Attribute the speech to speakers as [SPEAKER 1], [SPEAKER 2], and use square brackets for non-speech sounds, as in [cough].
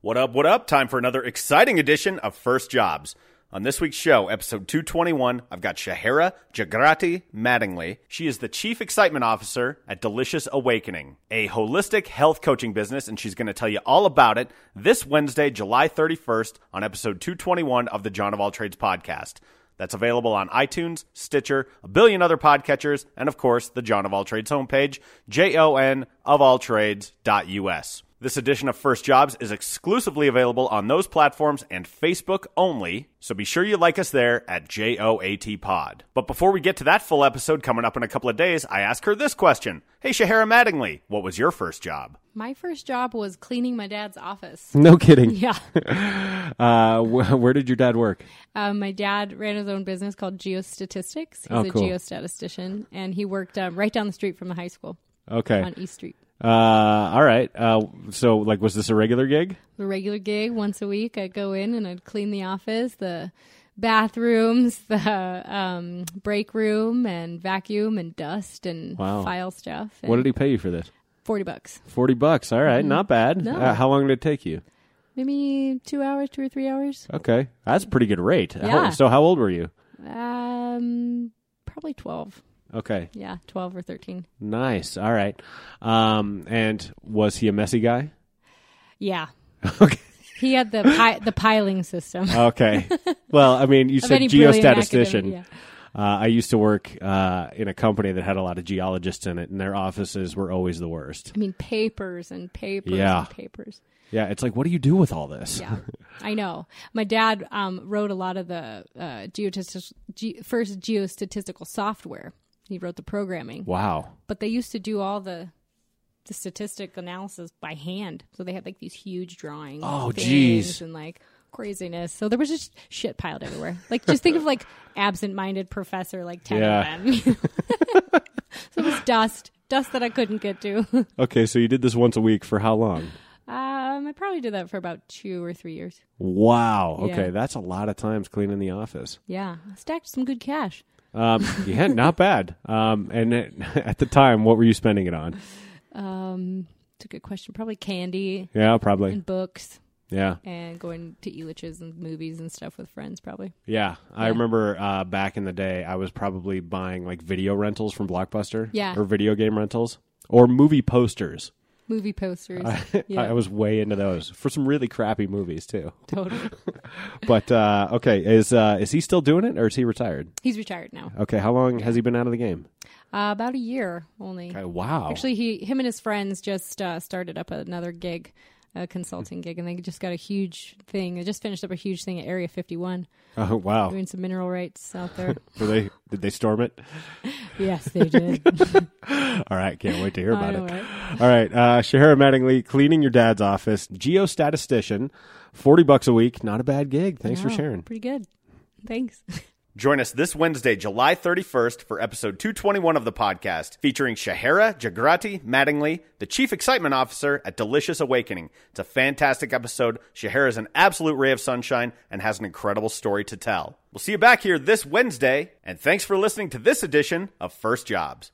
[SPEAKER 1] What up, what up? Time for another exciting edition of First Jobs. On this week's show, episode 221, I've got Shahara Jagrati Mattingly. She is the Chief Excitement Officer at Delicious Awakening, a holistic health coaching business, and she's going to tell you all about it this Wednesday, July 31st, on episode 221 of the John of All Trades podcast. That's available on iTunes, Stitcher, a billion other podcatchers, and of course, the John of All Trades homepage, jonofalltrades.us. This edition of First Jobs is exclusively available on those platforms and Facebook only, so be sure you like us there at JOAT Pod. But before we get to that full episode coming up in a couple of days, I ask her this question Hey, Shahara Mattingly, what was your first job?
[SPEAKER 2] My first job was cleaning my dad's
[SPEAKER 3] [laughs]
[SPEAKER 2] office.
[SPEAKER 3] No kidding.
[SPEAKER 2] Yeah.
[SPEAKER 3] Uh, wh- where did your dad work?
[SPEAKER 2] Um, my dad ran his own business called Geostatistics. He's
[SPEAKER 3] Oh,
[SPEAKER 2] a
[SPEAKER 3] cool.
[SPEAKER 2] geostatistician, and he worked um, right down the street from the high school
[SPEAKER 3] Okay.
[SPEAKER 2] on East Street.
[SPEAKER 3] Uh, all right. Uh, so, like, was this a regular gig?
[SPEAKER 2] A regular gig once a week. I'd go in and I'd clean the office, the bathrooms, [laughs] the um, break room, and vacuum and dust and
[SPEAKER 3] Wow.
[SPEAKER 2] file stuff. And
[SPEAKER 3] What did he pay you for this?
[SPEAKER 2] Forty bucks,
[SPEAKER 3] Forty bucks. All right, not bad.
[SPEAKER 2] Mm-hmm. No.
[SPEAKER 3] Uh, how long did it take you?
[SPEAKER 2] maybe two hours, two or three hours.
[SPEAKER 3] Okay, that's a pretty good rate. How-
[SPEAKER 2] Yeah.
[SPEAKER 3] so, how old were you?
[SPEAKER 2] Um, probably twelve.
[SPEAKER 3] Okay,
[SPEAKER 2] Yeah, twelve or thirteen.
[SPEAKER 3] nice. All right. Um, and was he a messy guy?
[SPEAKER 2] Yeah,
[SPEAKER 3] [laughs] Okay.
[SPEAKER 2] He had the pi- the piling system. [laughs]
[SPEAKER 3] Okay. well, I mean, you
[SPEAKER 2] Of
[SPEAKER 3] said
[SPEAKER 2] any brilliant
[SPEAKER 3] geostatistician.
[SPEAKER 2] academic,
[SPEAKER 3] Uh, I used to work uh, in a company that had a lot of geologists in it, and their offices were always the worst.
[SPEAKER 2] I mean, papers and papers
[SPEAKER 3] Yeah.
[SPEAKER 2] and papers.
[SPEAKER 3] Yeah, it's like, what do you do with all this?
[SPEAKER 2] Yeah, I know. My dad um, wrote a lot of the uh, geostatis- ge- first geostatistical software. He wrote the programming,
[SPEAKER 3] Wow.
[SPEAKER 2] but they used to do all the the statistic analysis by hand. So they had like these huge drawings.
[SPEAKER 3] Oh,
[SPEAKER 2] and
[SPEAKER 3] geez.
[SPEAKER 2] things and like craziness. So there was just shit piled everywhere. Like just think of like absent-minded professor, like ten
[SPEAKER 3] Yeah.
[SPEAKER 2] of them. so [laughs] it was dust, dust that I couldn't get to. [laughs]
[SPEAKER 3] Okay, so you did this once a week for how long?
[SPEAKER 2] Um, I probably did that for about two or three years.
[SPEAKER 3] Wow. Okay,
[SPEAKER 2] Yeah.
[SPEAKER 3] that's a lot of times cleaning the office.
[SPEAKER 2] Yeah, I stacked some good cash.
[SPEAKER 3] Um, yeah, not bad. Um, and it, [laughs] at the time, what were you spending it on?
[SPEAKER 2] Um, it's a good question. Probably candy
[SPEAKER 3] Yeah, probably.
[SPEAKER 2] and books
[SPEAKER 3] Yeah,
[SPEAKER 2] and going to Elitch's and movies and stuff with friends. Probably.
[SPEAKER 3] yeah. I remember uh, back in the day, I was probably buying like video rentals from Blockbuster.
[SPEAKER 2] Yeah.
[SPEAKER 3] Or video game rentals or movie posters. [laughs]
[SPEAKER 2] Movie posters.
[SPEAKER 3] I, [laughs] I
[SPEAKER 2] yeah,
[SPEAKER 3] was way into those for some really crappy movies too.
[SPEAKER 2] totally.
[SPEAKER 3] But uh, okay, is uh, is he still doing it or is he retired?
[SPEAKER 2] He's retired now.
[SPEAKER 3] Okay, how long has he been out of the game?
[SPEAKER 2] Uh, about a year only.
[SPEAKER 3] Okay, wow.
[SPEAKER 2] Actually, he, him, and his friends just uh, started up another gig, a consulting gig, and they just got a huge thing. They just finished up a huge thing at Area 51, [laughs]
[SPEAKER 3] oh wow.
[SPEAKER 2] doing some mineral rights out
[SPEAKER 3] [laughs]
[SPEAKER 2] there.
[SPEAKER 3] Were they did they storm it?
[SPEAKER 2] yes, they did.
[SPEAKER 3] [laughs] All right, can't wait to hear about
[SPEAKER 2] I know,
[SPEAKER 3] it.
[SPEAKER 2] right?
[SPEAKER 3] All right, uh, Shahara Mattingly, cleaning your dad's office, geostatistician, forty bucks a week, not a bad gig. Thanks for
[SPEAKER 2] Wow,
[SPEAKER 3] sharing.
[SPEAKER 2] Pretty good. Thanks. [laughs]
[SPEAKER 1] Join us this Wednesday, July 31st, for episode 221 of the podcast, featuring Shahara Jagrati Mattingly, the Chief Excitement Officer at Delicious Awakening. It's a fantastic episode. Shahara is an absolute ray of sunshine and has an incredible story to tell. We'll see you back here this Wednesday, and thanks for listening to this edition of First Jobs.